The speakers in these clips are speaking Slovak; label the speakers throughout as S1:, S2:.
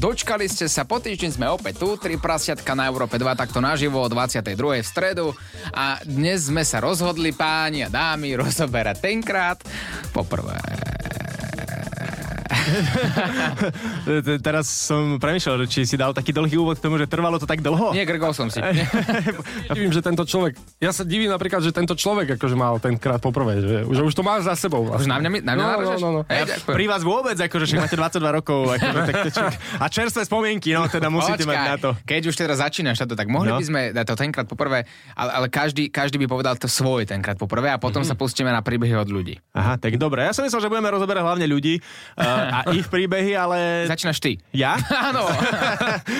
S1: Dočkali ste sa, po týždeň sme opäť tu, tri prasiatka na Európe 2, takto naživo o 22. v stredu. A dnes sme sa rozhodli, páni a dámy, rozoberať tenkrát poprvé
S2: Teraz som premyšľal, či si dal taký dlhý úvod k tomu, že trvalo to tak dlho.
S1: Nie, grgol som si.
S2: ja divím, že tento človek, ja sa divím napríklad, že tento človek akože mal tenkrát poprvé, že už, už to máš za sebou.
S1: Už na mňa, na mňa
S2: no, no, no, no.
S1: Hej,
S2: ja, Pri vás vôbec, akože však máte 22 rokov. Akože, tak to, a čerstvé spomienky, no teda musíte
S1: Počkaj,
S2: mať na to.
S1: Keď už teraz začínaš to, tak mohli
S2: No.
S1: by sme dať to tenkrát poprvé, ale, ale každý, každý by povedal to svoje tenkrát poprvé a
S2: Mhm.
S1: potom sa pustíme na príbehy od ľudí.
S2: Aha, tak dobre. Ja som myslel, že budeme rozoberať hlavne ľudí uh, a ich príbehy, ale...
S1: Začínaš ty.
S2: E, Ja?
S1: Áno.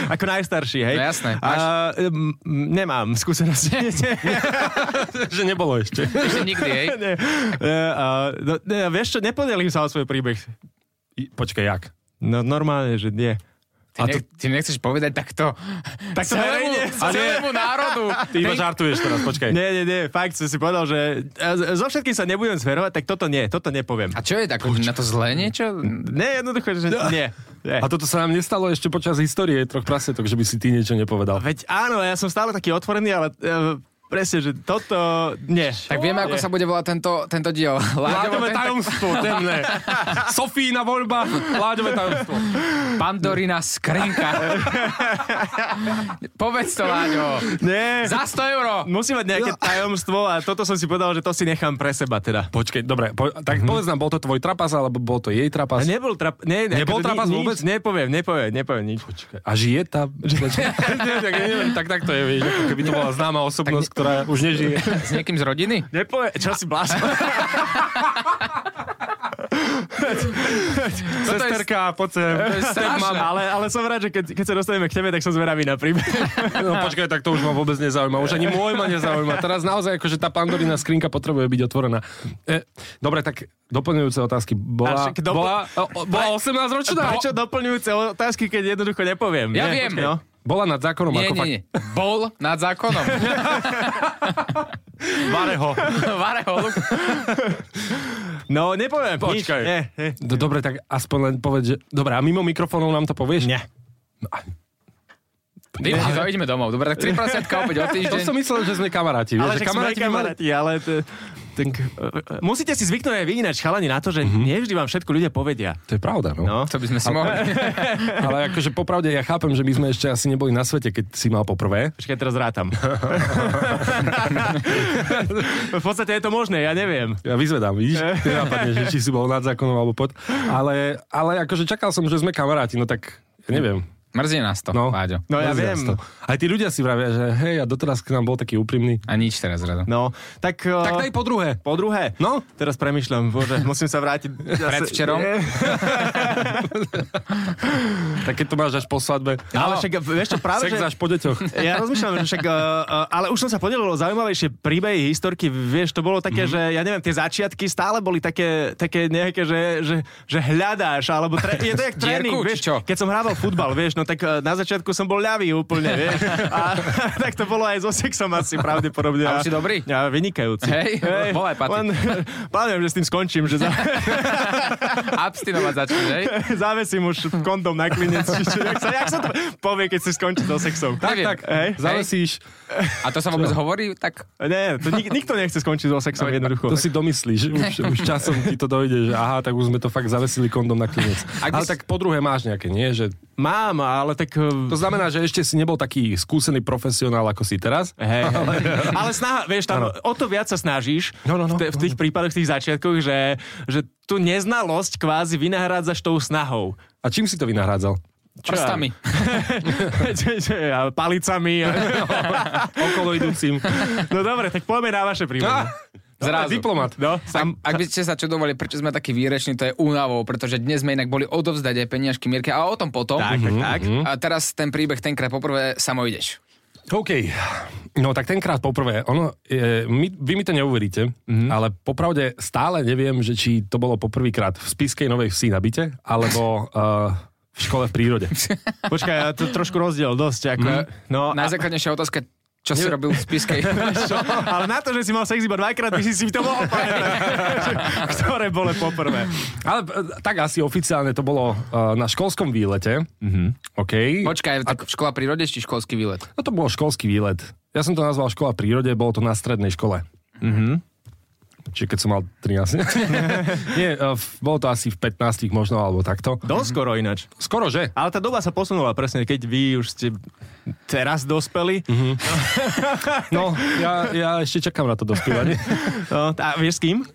S2: Ako najstarší, hej?
S1: No jasné. Máš-
S2: A, um, nemám skúsenosti. že nebolo ešte.
S1: Ešte nikdy, hej?
S2: nie. E, a, no, ne, a vieš čo, nepodelím sa o svoj príbeh. I, počkaj, jak? No normálne, že nie.
S1: Ty, ne, ty nechceš povedať takto,
S2: Takto
S1: celému,
S2: verejne? A nie.
S1: celému národu.
S3: Ty iba žartuješ teraz, počkaj.
S2: Nie, nie, nie, fakt som si povedal, že e, zo všetkým sa nebudem zverovať, tak toto nie, toto nepoviem.
S1: A No. čo je tak, na to zlé niečo?
S2: Nie, jednoducho, že nie. nie.
S3: A toto sa nám nestalo ešte počas histórie troch prasietok, že by si ty niečo nepovedal.
S2: Veď áno, ja som stále taký otvorený, ale e, presne, že toto nie.
S1: Tak vieme, ako
S2: Nie.
S1: sa bude volať tento, tento diel. Láďové
S3: Láďové tajomstvo, ten ne. Sofína voľba, Láďové tajomstvo.
S1: Pandorina skrinka. Povedz to, Láďo.
S2: Nie.
S1: Za 100 euro.
S2: Musí mať nejaké tajomstvo a toto som si povedal, že to si nechám pre seba teda.
S3: Počkej, dobre, po, tak povedz nám, bol to tvoj trapas, alebo bol to jej
S2: A
S3: trapas?
S2: nebol trap... Nie, ne,
S3: Nebol
S2: akože
S3: trapas
S2: ni- nič,
S3: vôbec?
S2: Nepoviem, nepoviem, nepoviem nič. Počkaj.
S3: A žije tá... Nie, tak, neviem, tak, tak to je, vieš, ako keby to bola známa osobnosť, ktorá už nežije.
S1: S niekým z rodiny?
S2: Nepoviem, čo si blázon?
S1: Toto je-
S3: Sesterka, poď sem.
S1: To je strašné.
S2: ale, ale som rád, že keď, keď sa dostaneme k tebe, tak som zvedavý na príbeh.
S3: No počkaj, tak to už ma vôbec nezaujíma. Už ani môj ma nezaujíma. Teraz naozaj akože tá pandorina skrinka potrebuje byť otvorená. E, dobre, tak doplňujúce otázky.
S2: A
S3: Bola,
S2: však dopl-
S3: bola, o- o- bola 18 ročná?
S2: Prečo No, doplňujúce otázky, keď jednoducho nepoviem?
S1: Ja
S2: nie?
S1: viem.
S2: No.
S3: Bola nad zákonom
S1: Nie,
S3: ako
S1: nie, nie. Bol nad zákonom.
S2: Vare ho.
S1: Vare ho, Luk-
S2: No, nepoviem.
S3: Počkaj.
S2: Nič. Nie, nie.
S3: fakt. Do, dobre, tak aspoň len povedz, že... Dobre, a mimo mikrofónov nám to povieš?
S2: Nie.
S1: Vypni to, ideme domov. Dobre, tak 3 prasiatka opäť o
S3: To
S1: týždeň.
S3: som myslel, že sme kamaráti.
S2: Ale
S3: vieš, že
S2: však kamaráti,
S3: by mali-
S2: kamaráti, ale... To, tak, musíte si zvyknúť aj vy ináč, chalani, na to, že mm-hmm. nevždy vám všetko ľudia povedia.
S3: To je pravda, no.
S2: No.
S1: To by sme si mohli.
S3: Ale akože popravde ja chápem, že my sme ešte asi neboli na svete, keď si mal poprvé.
S2: Počkaj, teraz rátam. v podstate je to možné, ja neviem.
S3: Ja vyzvedám, vidíš?
S2: Eh.
S3: Ty napadne, že či si bol nad zákonom alebo pod. Ale, ale akože čakal som, že sme kamaráti, no tak ja neviem.
S1: Mrzí nás to,
S3: No,
S1: Láďo.
S2: No ja
S3: Mrzí nás
S2: viem.
S3: to. Aj tí ľudia si vravia, že hej, a doteraz k nám bol taký úprimný.
S1: A nič teraz zrazu.
S2: No, tak...
S3: Tak daj po druhé.
S2: Po druhé?
S3: No.
S2: Teraz premyšľam, bože, musím sa vrátiť.
S1: Predvčerom?
S3: Tak keď to máš až po svadbe.
S2: Ale však, vieš čo, práve,
S3: Sex
S2: že...
S3: až po deťoch.
S2: Ja rozmýšľam, že však, uh, uh, ale už som sa podelil o zaujímavejšie príbehy, historky, vieš, to bolo
S1: Mhm.
S2: také, mm-hmm. že ja neviem, tie začiatky stále boli také, také nejaké, že, že, že hľadáš, alebo tre, je to jak
S1: Dierku,
S2: tréning,
S1: či
S2: vieš,
S1: čo?
S2: keď som hrával futbal, vieš, no tak uh, na začiatku som bol ľavý úplne, vieš, a tak to bolo aj so sexom asi pravdepodobne.
S1: A už si dobrý?
S2: Ja, vynikajúci.
S1: Hej, volaj Pati.
S2: Len, plánujem, že s tým skončím, že za,
S1: Abstinovať začneš, hej?
S2: závesím už kondom na klinec, či, či, jak, sa, jak sa to povie, keď si skončí so sexom.
S1: Tak, Neviem. tak.
S2: Hej.
S3: Zavesíš,
S1: A to sa vôbec hovorí, tak
S2: Nie, to nik- nikto nechce skončiť so sexom jednoducho.
S3: to si domyslíš, už, už časom ti to dojde, že aha, tak už sme to fakt zavesili kondom na klinec.
S1: Ak by
S3: Ale
S1: si-
S3: tak po druhé máš nejaké, nie? Že
S2: Mám, ale tak... eh,
S3: To znamená, že ešte si nebol taký skúsený profesionál, ako si teraz.
S2: Hej, hej. Ale snaha, vieš, tam o to viac sa snažíš
S3: No, no,
S2: v,
S3: no.
S2: te, v tých prípadoch, v tých začiatkoch, že, že tú neznalosť kvázi vynahrádzaš tou snahou.
S3: A čím si to vynahrádzal?
S2: Čo
S1: prstami.
S2: Čo- čo- a Palicami. Okolo idúcim. No dobre, tak poďme na vaše príbehy.
S1: Zrazu.
S3: Diplomat.
S2: No,
S1: Ak,
S2: sám...
S1: ak by ste sa čudovali, prečo sme takí výreční, to je únavou, pretože dnes sme inak boli odovzdať aj peniažky Mirke a o tom potom.
S2: Tak, tak, tak.
S1: A teraz ten príbeh tenkrát poprvé samo ideš.
S3: OK. No tak tenkrát poprvé, ono, e, my, vy mi to neuveríte, mm-hmm. ale popravde stále neviem, že či to bolo poprvýkrát v Spiskej Novej Vsi na byte, alebo uh, v škole v prírode.
S2: Počkaj, ja to trošku rozdiel, dosť. Ako, no, a,
S1: Najzákladnejšia otázka, čo si robil v spiskej?
S2: čo, ale na to, že si mal sex iba dvakrát, by si si to mohol pamätať, že ktoré bolo poprvé.
S3: Ale e, tak asi oficiálne to bolo uh, na školskom výlete. Mm-hmm. OK.
S1: Počkaj, tak škola prírode či školský výlet?
S3: No to bol školský výlet. Ja som to nazval škola v prírode, bolo to na strednej škole. Mhm. Čiže keď som mal 13. Nie, eh, v- bolo to asi v 15 možno, alebo takto.
S2: Dosť skoro ináč.
S3: Skoro, že?
S2: Ale tá doba sa posunula presne, keď vy už ste teraz dospeli.
S3: Mhm.
S2: Mm-hmm.
S3: No, ja, ja ešte čakám na to dospievanie.
S2: No, a vieš s kým?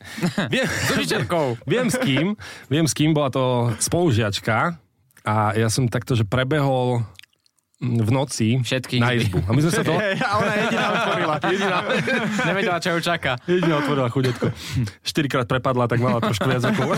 S3: Viem, s učiteľkou. Viem s kým, viem s kým, bola to spolužiačka a ja som takto, že prebehol mm, v noci
S1: Všetky
S3: na
S1: izby.
S3: izbu. A my sme sa to...
S2: A ona jediná otvorila. Jediná.
S1: Nevedela, čo ju čaká.
S3: Jedine otvorila chudetko. Štyrikrát prepadla, tak mala trošku viac ako.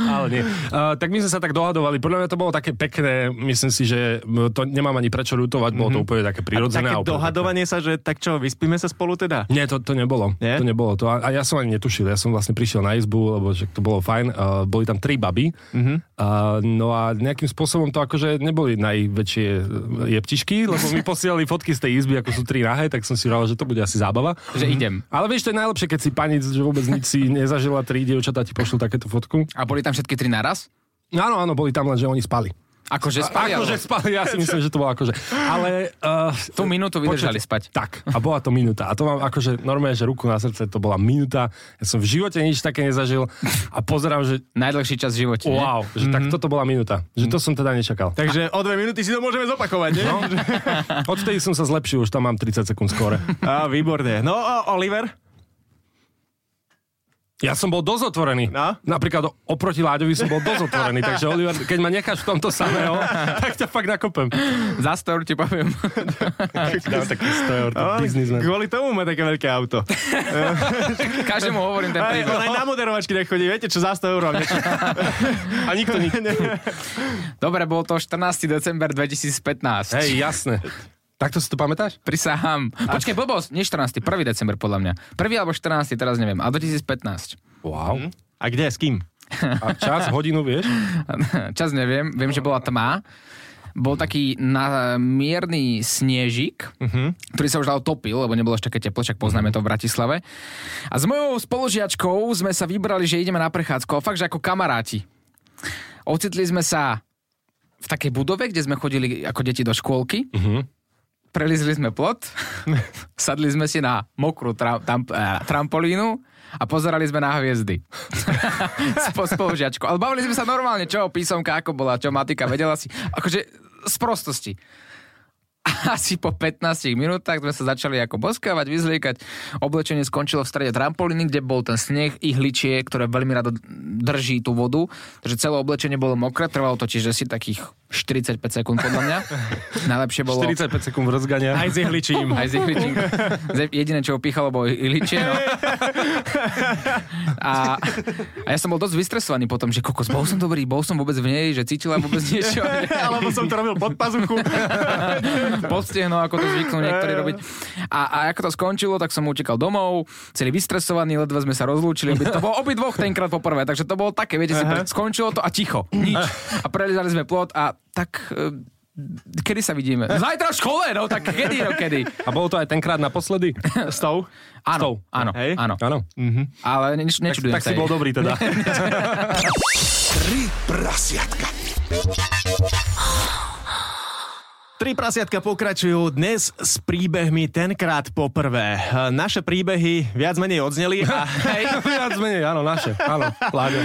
S3: Ale nie. Uh, tak my sme sa tak dohadovali. Podľa mňa to bolo také pekné. Myslím si, že m, to nemám ani prečo ľutovať. Bolo to úplne také prirodzené.
S2: Také
S3: a úplne
S2: dohadovanie sa, že tak čo, vyspíme sa spolu teda?
S3: Nie, to, to nebolo.
S2: Nie?
S3: To nebolo. To, a, a ja som ani netušil. Ja som vlastne prišiel na izbu, lebo že to bolo fajn. Uh, boli tam tri baby. Uh-huh.
S1: Mhm.
S3: Uh, no a nejakým spôsobom to akože neboli najväčšie e, jeptišky, lebo mi posielali fotky z tej izby, ako sú tri nahé, tak som si hovoril, že to bude asi zábava. Mhm.
S1: Že idem.
S3: Ale vieš, to je najlepšie, keď si pani, že vôbec nič si nezažila, tri dievčatá ti pošlú takéto fotku. No
S1: A boli tam všetky tri naraz?
S3: Áno, áno, boli tam len, že oni spali.
S1: Akože spali,
S3: Akože
S1: alebo
S3: spali, ja si myslím, že to bolo akože. Ale... Uh,
S1: tú minútu vydržali spať.
S3: Tak, a bola to minúta. A to mám akože normálne, že ruku na srdce, to bola minúta. Ja som v živote nič také nezažil a pozerám, že
S1: Najdlhší čas v živote. nie?
S3: wow, že
S1: Mhm.
S3: tak toto bola minúta. Že to som teda nečakal.
S2: Takže o dve minúty si to môžeme zopakovať, nie? No.
S3: Odtedy som sa zlepšil, už tam mám 30 sekúnd skore.
S2: A, výborné. No, o, Oliver?
S3: Ja som bol dosť otvorený.
S2: No?
S3: Napríklad oproti Láďovi som bol dosť otvorený, takže Oliver, keď ma necháš v tomto samého, tak ťa fakt nakopem.
S1: Za stor ti poviem.
S3: Dám taký 100 eur,
S2: O, kvôli tomu má také veľké auto.
S1: Každému hovorím ten
S2: Aj,
S1: príbeh.
S2: on aj na moderovačky nechodí, viete čo, za 100 eur. vám niečo-
S3: A nikto nikto.
S1: Dobre, bol to 14. december 2015.
S3: Hej, jasné. Takto si to pamätáš?
S1: Prisahám. Počkaj, blbosť, nie 14. 1. december podľa mňa. 1. alebo 14. teraz neviem. A 2015.
S3: Wow.
S2: A kde, s kým?
S3: A čas, hodinu, vieš?
S1: Čas neviem, viem, že bola tma. Bol taký na, mierny snežik, uh-huh. ktorý sa už ale topil, lebo nebolo ešte také teplo, však poznáme to v Bratislave. A s mojou spolužiačkou sme sa vybrali, že ideme na prechádzku, ale fakt, že ako kamaráti. Ocitli sme sa v takej budove, kde sme chodili ako deti do škôlky. Uh-huh. Prelizli sme plot, sadli sme si na mokrú tra- tam- eh, trampolínu a pozerali sme na hviezdy. Spo- Spolužiačku. Ale bavili sme sa normálne, čo písomka, ako bola, čo matika, vedela si. Akože z prostosti. Asi po 15 minútach sme sa začali ako boskávať, vyzliekať. Oblečenie skončilo v strede trampolíny, kde bol ten sneh, ihličie, ktoré veľmi rado drží tú vodu. Takže celé oblečenie bolo mokré, trvalo to tiež asi takých 45 sekúnd podľa mňa. Najlepšie bolo...
S3: 45 sekúnd rozgania.
S2: Aj s ihličím.
S1: Aj s ihličím. Z- Jediné, čo ho píchalo, bolo ihličie. No. A, a ja som bol dosť vystresovaný potom, že kokos, bol som dobrý, bol som vôbec v nej, že cítila vôbec niečo.
S2: Alebo som to robil pod pazuchu.
S1: Podstihno, ako to zvyknú niektorí robiť. A, a ako to skončilo, tak som utekal domov, celý vystresovaný, ledva sme sa rozlúčili. Obi, to bolo obi dvoch tenkrát poprvé, takže to bolo také, viete, si, pre- skončilo to a ticho, nič. A prelizali sme plot a tak... e, Kedy sa vidíme? Zajtra v škole, no tak kedy, no kedy.
S3: A bolo to aj tenkrát naposledy?
S2: S tou?
S3: tou.
S1: Áno, áno,
S2: Hej?
S1: áno.
S3: Áno.
S1: Mhm. Ale ne, nečudujem
S3: Tak
S1: sa
S3: si
S1: jej.
S3: bol dobrý teda.
S4: Tri prasiatka.
S2: Tri prasiatka pokračujú dnes s príbehmi tenkrát poprvé. E, Naše príbehy viac menej odzneli a
S3: Hej. Viac menej, áno, naše. Áno, Láďo.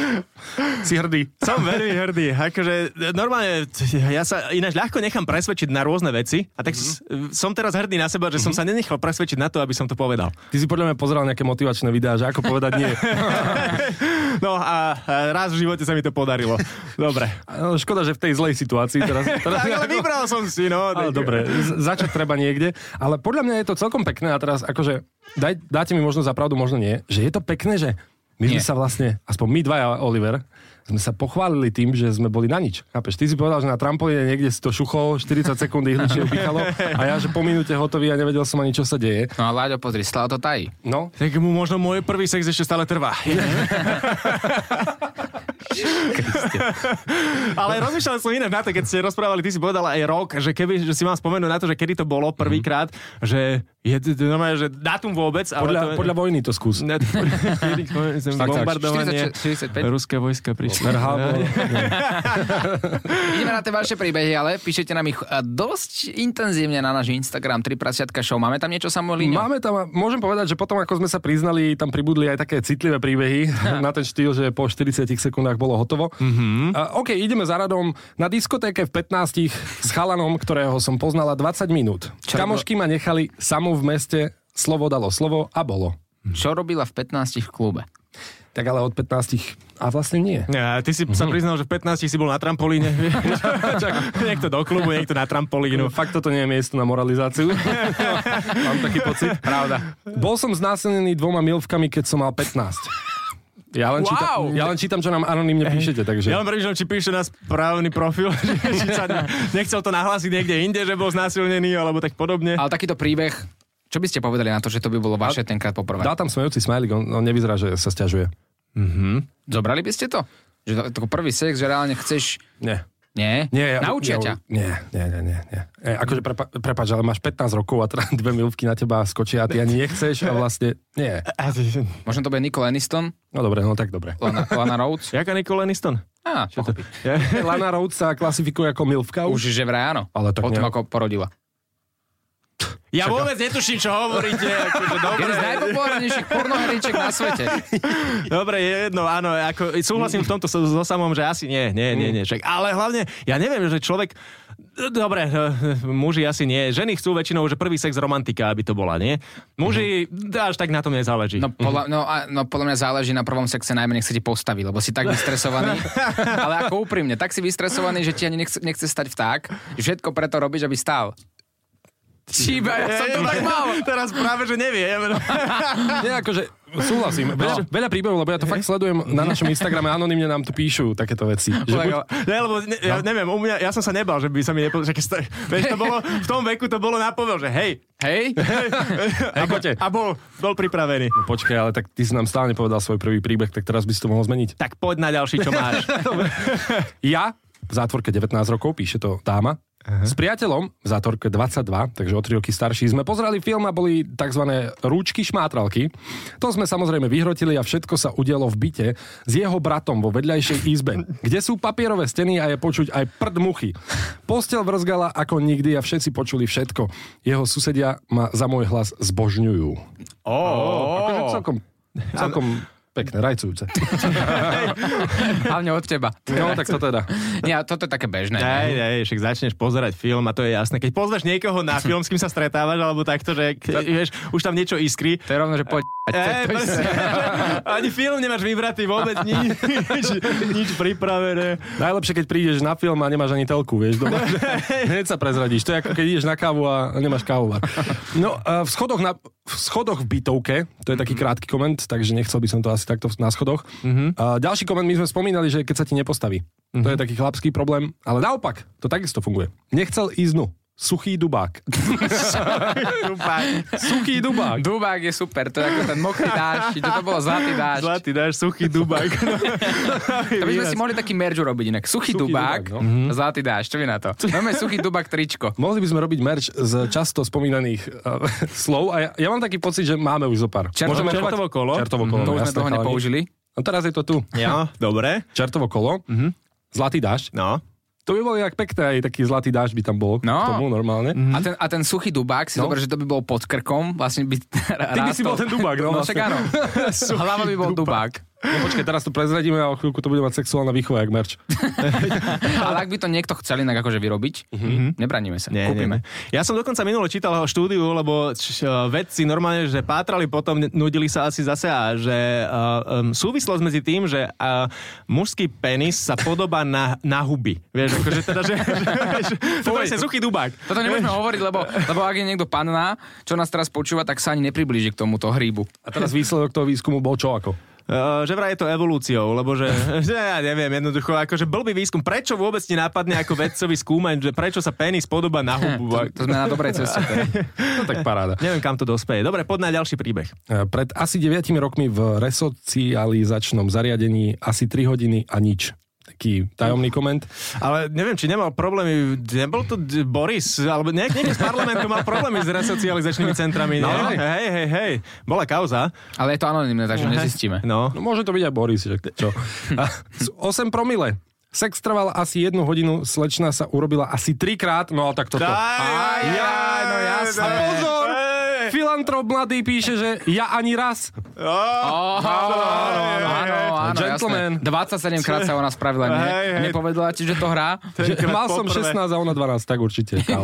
S3: Si hrdý.
S2: som veľmi hrdý. Akože e, normálne, t- ja sa ináč ľahko nechám presvedčiť na rôzne veci a tak mm-hmm. som teraz hrdý na seba, že som sa nenechal presvedčiť na to, aby som to povedal.
S3: Ty si podľa mňa pozeral nejaké motivačné videá, že ako povedať nie.
S2: No a e, raz v živote sa mi to podarilo. Dobre.
S3: No, škoda, že v tej zlej situácii teraz. teraz
S2: Tak, ale vybral som si, no.
S3: Ale
S2: tak-
S3: dobre, z- začať treba niekde. Ale podľa mňa je to celkom pekné a teraz akože, daj, dáte mi možno za pravdu, možno nie, že je to pekné, že My sme
S1: Nie.
S3: sa vlastne, aspoň my dvaja, Oliver, sme sa pochválili tým, že sme boli na nič. Chápeš? Ty si povedal, že na trampolíne niekde si to šuchol, 40 sekúnd ihličie upíchalo a ja, že po minúte hotový a nevedel som ani, čo sa deje.
S1: No a Láďo, pozri, Slavo to tají.
S3: No,
S2: Tak mu možno môj prvý sex ešte stále trvá. Ale rozmýšľal som inak na to, keď ste rozprávali, ty si povedal aj rok, že keby že si mám spomenúť na to, že kedy to bolo prvýkrát, že je to to normálne, že dátum vôbec, ale
S3: podľa,
S2: to...
S3: podľa vojny to skús.
S2: Ne, to- kedy som
S3: tak.
S2: bombardovanie
S1: 45.
S2: ruské vojska prišli.
S3: Merhaba.
S1: Ideme na tie vaše príbehy, ale píšete nám ich a dosť intenzívne na náš Instagram 3 prasiatka show. Máme tam niečo samolíňo?
S3: Máme tam, môžem povedať, že potom ako sme sa priznali, tam pribudli aj také citlivé príbehy na ten štýl, že po 40 sekundách bolo hotovo.
S2: Mhm.
S3: Mm-hmm. Uh, OK, ideme za radom na diskotéke v 15 s chalanom, ktorého som poznala 20 minút.
S1: Čo
S3: Kamošky ma nechali samú v meste, slovo dalo slovo a bolo.
S1: Čo robila v 15 v klube?
S3: Tak ale od 15 a vlastne nie.
S2: Ja, ty si sa priznal, že v 15 si bol na trampolíne. Čak, niekto do klubu, niekto na trampolínu.
S3: Fakt toto nie je miesto na moralizáciu. Mám taký pocit. Pravda. Bol som znásilnený dvoma milvkami, keď som mal 15. Ja len,
S1: Wow.
S3: čítam, ja len čítam, čo nám anonimne píšete, takže...
S2: Ja len premyšľam, či píše na správny profil, či či sa ne, nechcel to nahlásiť niekde inde, že bol znásilnený, alebo tak podobne.
S1: Ale takýto príbeh, čo by ste povedali na to, že to by bolo vaše tenkrát poprvé?
S3: Dá tam smejúci smajlik, on, on nevyzerá, že sa stiažuje.
S1: Zobrali by ste to? Že to, to prvý sex, že reálne chceš...
S3: Nie.
S1: Nie?
S3: Nie, ja,
S1: Naučia ťa.
S3: ja, Nie, nie, nie, nie. nie. E, akože prepa, prepáč, ale máš 15 rokov a teda dve milvky na teba skočia a ty ani nechceš a vlastne nie.
S2: A ty-
S1: Možno to bude Nicole Aniston,
S3: No dobre, no tak dobre.
S1: Lana, Lana Rhodes.
S2: Jaká Nicole Aniston?
S1: Á, pochopí.
S2: Ja,
S3: Lana Rhodes sa klasifikuje ako milvka
S1: už
S3: už.
S1: že vraj áno.
S3: Ale tak
S1: Potom
S3: ne-
S1: ako porodila.
S2: ja vôbec netuším, čo hovoríte. Akože,
S1: Jeden
S2: dobre,
S1: z najpopulárnejších pornoheriček na svete.
S2: dobre, je jedno, áno. Ako, súhlasím v tomto so, so samom, že asi nie, nie, nie, nie. Však, ale hlavne, ja neviem, že človek... Dobre, eh, muži asi nie. Ženy chcú väčšinou, že prvý sex romantika, aby to bola, nie? Muži až tak na tom nezáleží.
S1: No
S3: Mhm.
S1: podľa, no, a, no podľa mňa záleží na prvom sexe najmä nech sa ti postaví, lebo si tak vystresovaný. Ale ako úprimne, tak si vystresovaný, že ti ani nechce, nechce stať vták. Všetko preto robíš, aby stál. Číba, ja som to tak mal.
S2: Teraz práve, že neviem. no.
S3: Nie, akože súhlasím. Veľa, veľa príbehov, lebo ja to fakt sledujem na našom Instagrame, anonimne nám tu píšu takéto veci. Že buď,
S2: Lebo, ne, lebo ne, ja neviem, u mňa, ja som sa nebal, že by sa mi nepo... Že, keď sta- vieš, to bolo, v tom veku to bolo napovel, že hej.
S1: Hej?
S2: a, bo-
S3: poďte.
S2: a bol, bol pripravený.
S3: počkaj, ale tak ty si nám stále nepovedal svoj prvý príbeh, tak teraz by si to mohol zmeniť.
S2: Tak poď na ďalší, čo máš.
S3: Ja v zátvorke 19 rokov, píše to dáma, s priateľom v zátvorke 22, takže o 3 roky starší, sme pozerali film a boli tzv. rúčky šmátralky. To sme samozrejme vyhrotili a všetko sa udialo v byte s jeho bratom vo vedľajšej izbe, kde sú papierové steny a je počuť aj prd muchy. Postel vrzgala ako nikdy a všetci počuli všetko. Jeho susedia ma za môj hlas zbožňujú.
S2: No,
S3: Akože celkom, celkom pekné, rajcujúce.
S1: Hlavne od teba.
S3: No, tak to teda.
S1: Nie, toto je také bežné. ne?
S2: Hej, hej, však začneš pozerať film a to je jasné. Keď poznáš niekoho na film, s kým sa stretávaš, alebo takto, že ke, vieš, už tam niečo iskry.
S1: To je rovno, že poď. to je-
S2: Ej,
S1: to je-
S2: presne, ani film nemáš vybratý vôbec nič, nič pripravené.
S3: Najlepšie, keď prídeš na film a nemáš ani telku, vieš, doma. Hneď sa prezradíš. To je ako keď ideš na kávu a nemáš kávovar. No, a v schodoch, na, v schodoch v bytovke, to je taký krátky koment, takže nechcel by som to asi takto na schodoch. A ďalší koment, my sme spomínali, že keď sa ti nepostaví. To je taký chlapský problém, ale naopak, to takisto funguje. Nechcel ísť dnu. Suchý dubák.
S2: Super.
S3: Suchý dubák.
S1: Dubák je super, to je ako ten mokrý dážď. To bolo zlatý dážď.
S2: Zlatý dáš suchý dubák.
S1: To by sme si mohli taký merge urobiť inak. Suchý,
S3: Suchý
S1: dubák,
S3: dubák, no.
S1: a zlatý dáš, čo vy na to? Máme suchý dubák tričko.
S3: Mohli by sme robiť merch z často spomínaných uh, slov a ja, ja mám taký pocit, že máme už zo pár.
S1: Čertovo- Mhm.
S3: Môžeme-
S2: čertovo kolo.
S3: Čertovo kolo,
S1: To už sme
S3: jasné,
S1: toho
S3: chalani.
S1: nepoužili.
S3: No teraz je to tu.
S2: Ja, dobre.
S3: Čertovo kolo, mm-hmm. zlatý dážď.
S2: No.
S3: To by bolo inak pekné, aj taký zlatý dážď by tam bol no.
S1: No.
S3: k tomu normálne. Mm-hmm.
S1: A ten, a ten suchý dubák, si no.
S3: No.
S1: dobre, že to by bol pod krkom, vlastne by Ty
S3: by si bol ten dubák,
S1: No
S3: no vlastne.
S1: však áno. Hlava by bol dubák.
S3: No počkaj, teraz to prezradíme a o chvíľku to bude mať sexuálna výchova jak merč.
S1: Ale ak by to niekto chcel inak akože vyrobiť, nebraníme sa.
S2: Nie,
S1: Kúpime.
S2: nie, nie. Ja som dokonca minulo čítal ho štúdiu, lebo č, vedci normálne, že pátrali potom, nudili sa asi zase a že uh, um, súvislosť medzi tým, že uh, mužský penis sa podobá na, na huby. Vieš, akože teda, že, že, že to je suchý dubák.
S1: Toto nemôžeme hovoriť, lebo, lebo ak je niekto panná, čo nás teraz počúva, tak sa ani nepriblíži k tomuto hríbu.
S3: A teraz výsledok toho výskumu bol čo ako?
S2: Uh, že vraj je to evolúciou, lebo že, že ja neviem, jednoducho, akože blbý výskum, prečo vôbec ti napadne ako vedcovi skúmať, že prečo sa penis podoba na hubu.
S1: To, to sme na dobrej ceste. Teda.
S3: No tak paráda.
S2: Neviem, kam to dospeje. Dobre, poď na ďalší príbeh.
S3: E, Pred asi 9 rokmi v resocializačnom zariadení asi 3 hodiny a nič. Taký tajomný koment.
S2: Ale neviem, či nemal problémy, nebol to d- Boris, alebo nejak niekto z parlamentu mal problémy s resocializačnými centrami. No. Hej, hej, hej, bola kauza.
S1: Ale je to anonimné, takže nezistíme.
S2: No.
S3: No môže to byť aj Boris, že čo. A, z 8 promile. Sex trval asi jednu hodinu, slečna sa urobila asi trikrát, no ale tak toto.
S2: aj,
S1: aj, no jasné.
S3: A pozor!
S2: Hej.
S3: Filantrop mladý píše, že ja ani raz.
S1: Oh, áno, áno, áno, áno, áno,
S3: Gentleman.
S1: jasné. 27 krát sa ona spravila, nie?
S2: Hej, hej.
S1: Nepovedala ti, že to hrá?
S3: Že
S2: Tenkrát
S3: mal som
S2: poprvé.
S3: 16 a ona 12, tak určite. kámo.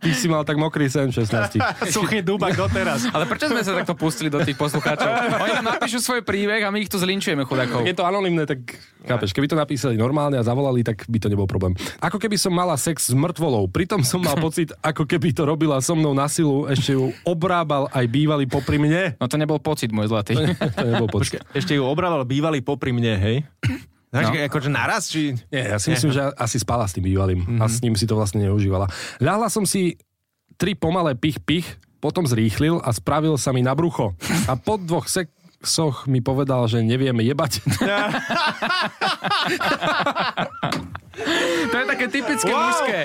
S3: Ty si mal tak mokrý sen v 16.
S2: Suchý dúbak doteraz.
S1: Ale prečo sme sa takto pustili do tých poslucháčov? Oni nám napíšu svoj príbeh a my ich tu zlinčujeme chudakov.
S3: Je to anonimné, tak chápeš, keby to napísali normálne a zavolali, tak by to nebol problém. Ako keby som mala sex s mŕtvolou, pritom som mal pocit, ako keby to robila so mnou na silu, ešte ju obrábal aj bývalý popri mne.
S1: No to nebol pocit, môj zlatý.
S3: To nebol pocit.
S2: Ešte ju obrával bývalý popri mne, hej? No.
S1: No.
S2: Akože naraz, či...
S3: Nie, ja si myslím, že asi spala s tým bývalým mm-hmm. a s ním si to vlastne neužívala. Ľahla som si tri pomalé pich-pich, potom zrýchlil a spravil sa mi na brucho. A po dvoch sexoch mi povedal, že nevieme jebať.
S1: To je také typické
S2: Wow.
S1: mužské.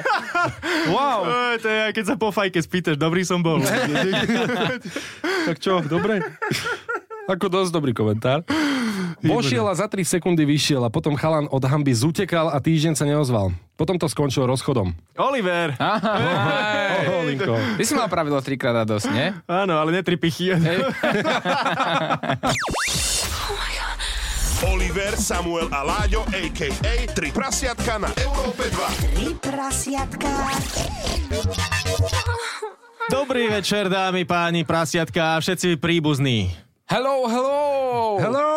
S2: Wow! E, to je, keď sa po fajke spýtaš, dobrý som bol.
S3: Tak čo, dobre? Ako dosť dobrý komentár. Pošiel a za 3 sekundy vyšiel a potom chalan od hamby zutekal a týždeň sa neozval. Potom to skončilo rozchodom.
S2: Oliver!
S1: Aha.
S3: Oh, Linko.
S1: Ty si mal pravidlo trikrát a dosť, nie?
S2: Áno, ale netri pichy.
S5: Oliver, Samuel a Láďo, a.k.a. Tri prasiatka na Európe 2.
S6: Tri prasiatka.
S2: Dobrý večer, dámy, páni, prasiatka a všetci príbuzní.
S1: Hello, hello! Hello!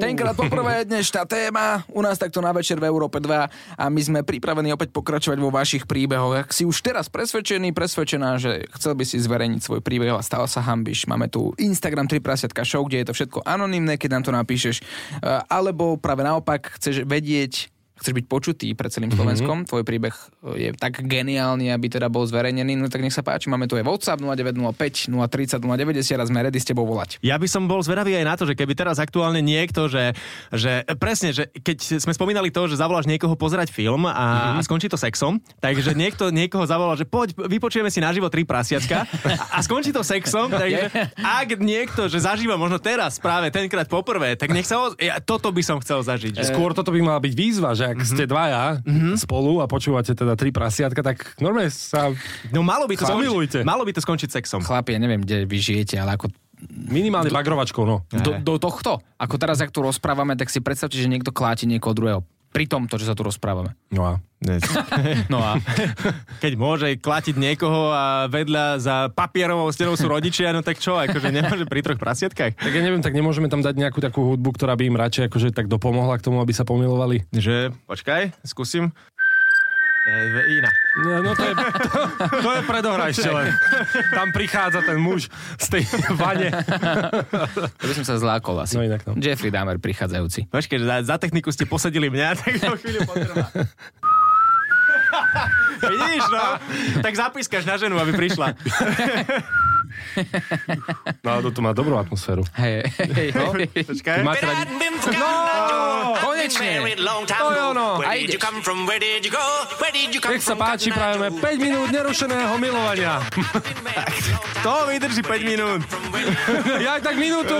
S1: Tenkrát poprvé dnešná téma u nás takto na večer v Európe 2 a my sme pripravení opäť pokračovať vo vašich príbehoch. Ak si už teraz presvedčený, presvedčená, že chcel by si zverejniť svoj príbeh a stále sa hambiš. Máme tu Instagram 3 prasiatka show, kde je to všetko anonymné, keď nám to napíšeš. E, Alebo práve naopak chceš vedieť, chceš byť počutý pred celým Slovenskom, tvoj príbeh e, je tak geniálny, aby teda bol zverejnený, no tak nech sa páči, máme tu aj WhatsApp 0905 030 090 a sme ready s tebou volať.
S2: Ja by som bol zvedavý aj na to, že keby teraz aktuálne niekto, že, že e, presne, že keď sme spomínali to, že zavoláš niekoho pozerať film a, mm-hmm. a skončí to sexom, takže niekto niekoho zavolal, že poď, vypočujeme si naživo tri prasiatka a, a skončí to sexom, takže ak niekto, že zažíva možno teraz práve tenkrát poprvé, tak nech sa o, ja, toto by som chcel zažiť. Že
S3: Skôr toto by mala byť výzva, že ak ste dvaja spolu a počúvate teda tri prasiatka, tak normálne sa
S2: No malo by to,
S3: Chlap-
S2: skončiť,
S3: Zamilujte.
S2: malo by to skončiť sexom.
S1: Chlapi, ja neviem, kde vy žijete, ale ako
S3: minimálne bagrovačkou, no.
S1: do, do tohto, ako teraz, ak tu rozprávame, tak si predstavte, že niekto kláti niekoho druhého. Pri tomto, že sa tu rozprávame.
S3: No a
S2: No a keď môže klatiť niekoho a vedľa za papierovou stenou sú rodičia, no tak čo, akože nemôže pri troch prasiatkách?
S3: tak ja neviem, tak nemôžeme tam dať nejakú takú hudbu, ktorá by im radšej akože tak dopomohla k tomu, aby sa pomilovali.
S2: Že, počkaj, skúsim. E, v- Iná.
S3: No, no to je, to, to je predohra ešte len. Tam prichádza ten muž z tej vane.
S1: To by som sa zlákol asi.
S3: No inak no.
S1: Jeffrey Dahmer prichádzajúci.
S2: Počkaj, že za, za techniku ste posadili mňa, tak to chvíľu potrvá. Vidíš, no? Tak zapískaš na ženu, aby prišla.
S3: No ale toto má dobrú atmosféru.
S1: Hej, hej, hej.
S2: Počkaj.
S3: no. Máte radi...
S1: Konečne.
S7: To
S3: je ono.
S1: A
S7: Where did
S1: ideš.
S7: you come from? Where did you go? Where did you come
S3: Nech sa
S7: from?
S3: páči, prajeme 5 minút nerušeného milovania.
S2: To vydrží 5 minút.
S3: Ja aj tak minútu.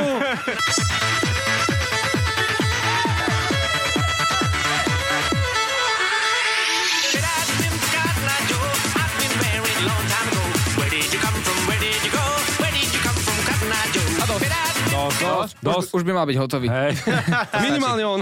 S3: Dosť, dosť, dosť.
S1: Už, už by mal byť hotový.
S3: Hej. Minimálne on.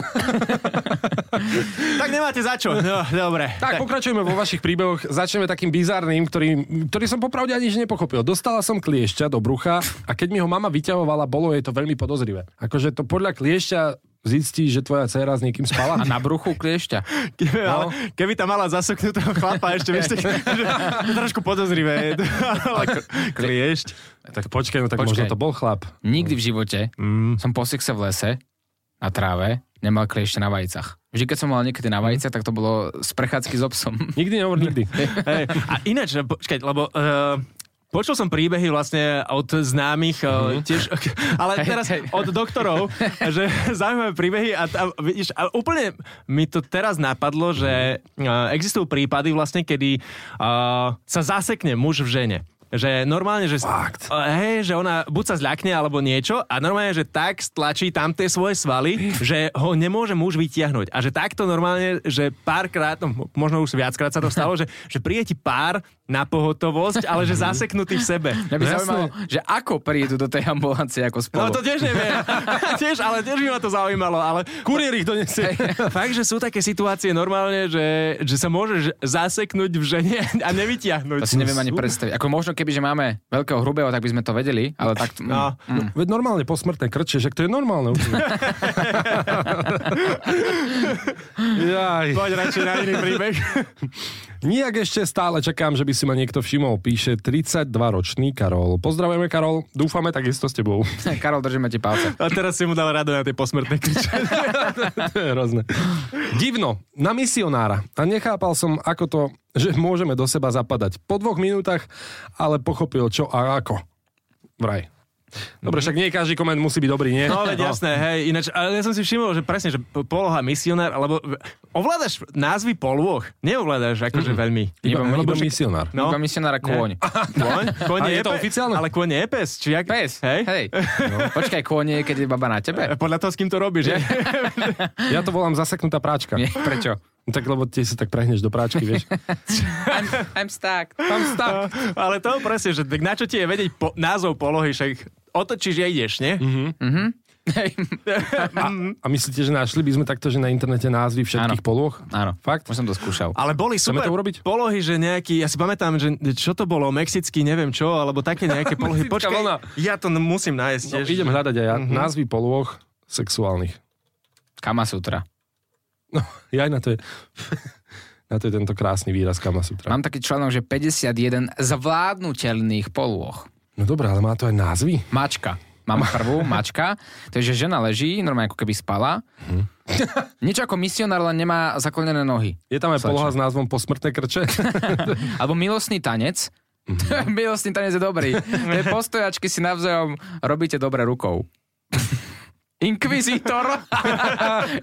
S2: Tak nemáte za čo. No, dobre.
S3: Tak, pokračujeme vo vašich príbehoch. Začneme takým bizarným, ktorý, ktorý som popravde ani že nepochopil. Dostala som kliešťa do brucha a keď mi ho mama vyťahovala, bolo jej to veľmi podozrivé. Akože to podľa kliešťa zistí, že tvoja dcera s niekým
S1: A
S3: spala.
S1: na bruchu kliešťa.
S2: Keby, no. ale,
S1: No.
S2: keby tam mala zasoknutého chlapa ešte, vieš, tak, že, to trošku podozrivé. ale k- kliešť.
S3: Tak počkaj, no tak
S1: Počkaj.
S3: možno to bol chlap.
S1: Nikdy v živote mm. som posek sa v lese na tráve nemal kliešte na vajcach. Vždy, keď som mal niekedy na
S3: Mm.
S1: vajcach, tak to bolo z prechádzky s obsom.
S3: Nikdy nehovor nikdy.
S2: Hej. A ináč, počkať, lebo... Uh, Počul som príbehy vlastne od známych mm-hmm. tiež, ale teraz
S1: hej.
S2: od doktorov, že zaujímavé príbehy a, a, vidíš, a úplne mi to teraz napadlo, že uh, existujú prípady vlastne, kedy uh, sa zasekne muž v žene. Že normálne, že,
S3: Fakt.
S2: Uh, hej, že ona buď sa zľakne alebo niečo a normálne, že tak stlačí tam tie svoje svaly, že ho nemôže muž vytiahnuť. A že takto normálne, že párkrát, no možno už viackrát sa to stalo, že, že príde ti pár na pohotovosť, ale že zaseknutý v sebe.
S1: Mňa Mhm. by zaujímalo, že ako prídu do tej ambulancie ako spolu.
S2: No to tiež neviem. tiež, ale tiež by ma to zaujímalo. Ale
S3: Kurier ich donesie.
S2: fakt, že sú také situácie normálne, že, že sa môžeš zaseknúť v žene a nevytiahnuť.
S1: To si neviem ani predstaviť. Ako možno keby, že máme veľkého hrubého, tak by sme to vedeli, ale tak...
S2: No,
S3: Veď normálne posmrtné krče, že to je normálne. úplne. Jaj.
S2: poď radšej na iný príbeh.
S3: Nijak ešte stále čakám, že by si ma niekto všimol, píše 32-ročný Karol. Pozdravujeme, Karol. Dúfame takisto s tebou.
S1: Karol, držíme ti palce.
S2: A teraz si mu dal rado na tie posmrtné kriče.
S3: To je hrozné. Divno, na misionára. A nechápal som, ako to, že môžeme do seba zapadať. Po dvoch minútach, ale pochopil, čo a ako. Vraj.
S1: Mhm.
S3: Dobre, však nie každý koment musí byť dobrý, nie?
S2: No veď jasné, hej, ináč, ale ja som si všimol, že presne, že p- poloha misionár, alebo v- ovládaš názvy polôch, neovládaš akože veľmi.
S1: Iba-
S3: Iba, lebo
S1: iba však-
S3: misionár.
S2: No.
S1: No. Iba misionára kôň.
S2: Kôň? Kôň
S3: Ale
S2: je,
S3: je to
S2: pe-
S3: oficiálne?
S2: Ale kôň je pes, či jak?
S1: Pes,
S2: Hej? E,
S1: hej. No. Počkaj, kôň je, keď je baba na tebe.
S2: Podľa toho, s kým to robíš, že?
S3: Ja to volám zaseknutá práčka.
S1: Nie, prečo?
S3: No Tak lebo ty sa tak prehneš do práčky, vieš.
S1: I'm, I'm stuck. I'm stuck.
S2: ale to presne, že tak na čo ti je vedieť po, názov polohy, však otočíš a ideš, nie?
S3: Mhm.
S1: Hej.
S3: A myslíte, že našli by sme takto, že na internete názvy
S1: Áno.
S3: všetkých
S1: No,
S3: polôch?
S1: Áno,
S3: Fakt?
S1: už som to skúšal.
S2: Ale boli
S3: Chceme
S2: super
S3: to urobiť?
S2: polohy, že nejaký, ja si pamätám, že čo to bolo, mexický, neviem čo, alebo také nejaké polohy.
S3: Mexická
S2: Počkaj,
S3: vlna.
S2: ja to n- musím nájsť. tiež.
S3: No, idem hľadať aj ja.
S1: Mhm.
S3: Názvy polôch sexuálnych.
S1: Kama Sutra.
S3: No, ja aj na to je... Na to je tento krásny výraz Kama Sutra.
S1: Mám taký článok, že 51 zvládnutelných polôch.
S3: No dobré, ale má to aj názvy.
S1: Mačka. Mám prvú, mačka. To je, že žena leží, normálne ako keby spala.
S2: Mhm.
S1: Niečo ako misionár, len nemá zaklonené nohy.
S3: Je tam aj poloha s názvom Posmrtné krče?
S1: Alebo milostný tanec. milostný tanec je dobrý. Tie postojačky si navzájom robíte dobre rukou. Inkvizítor.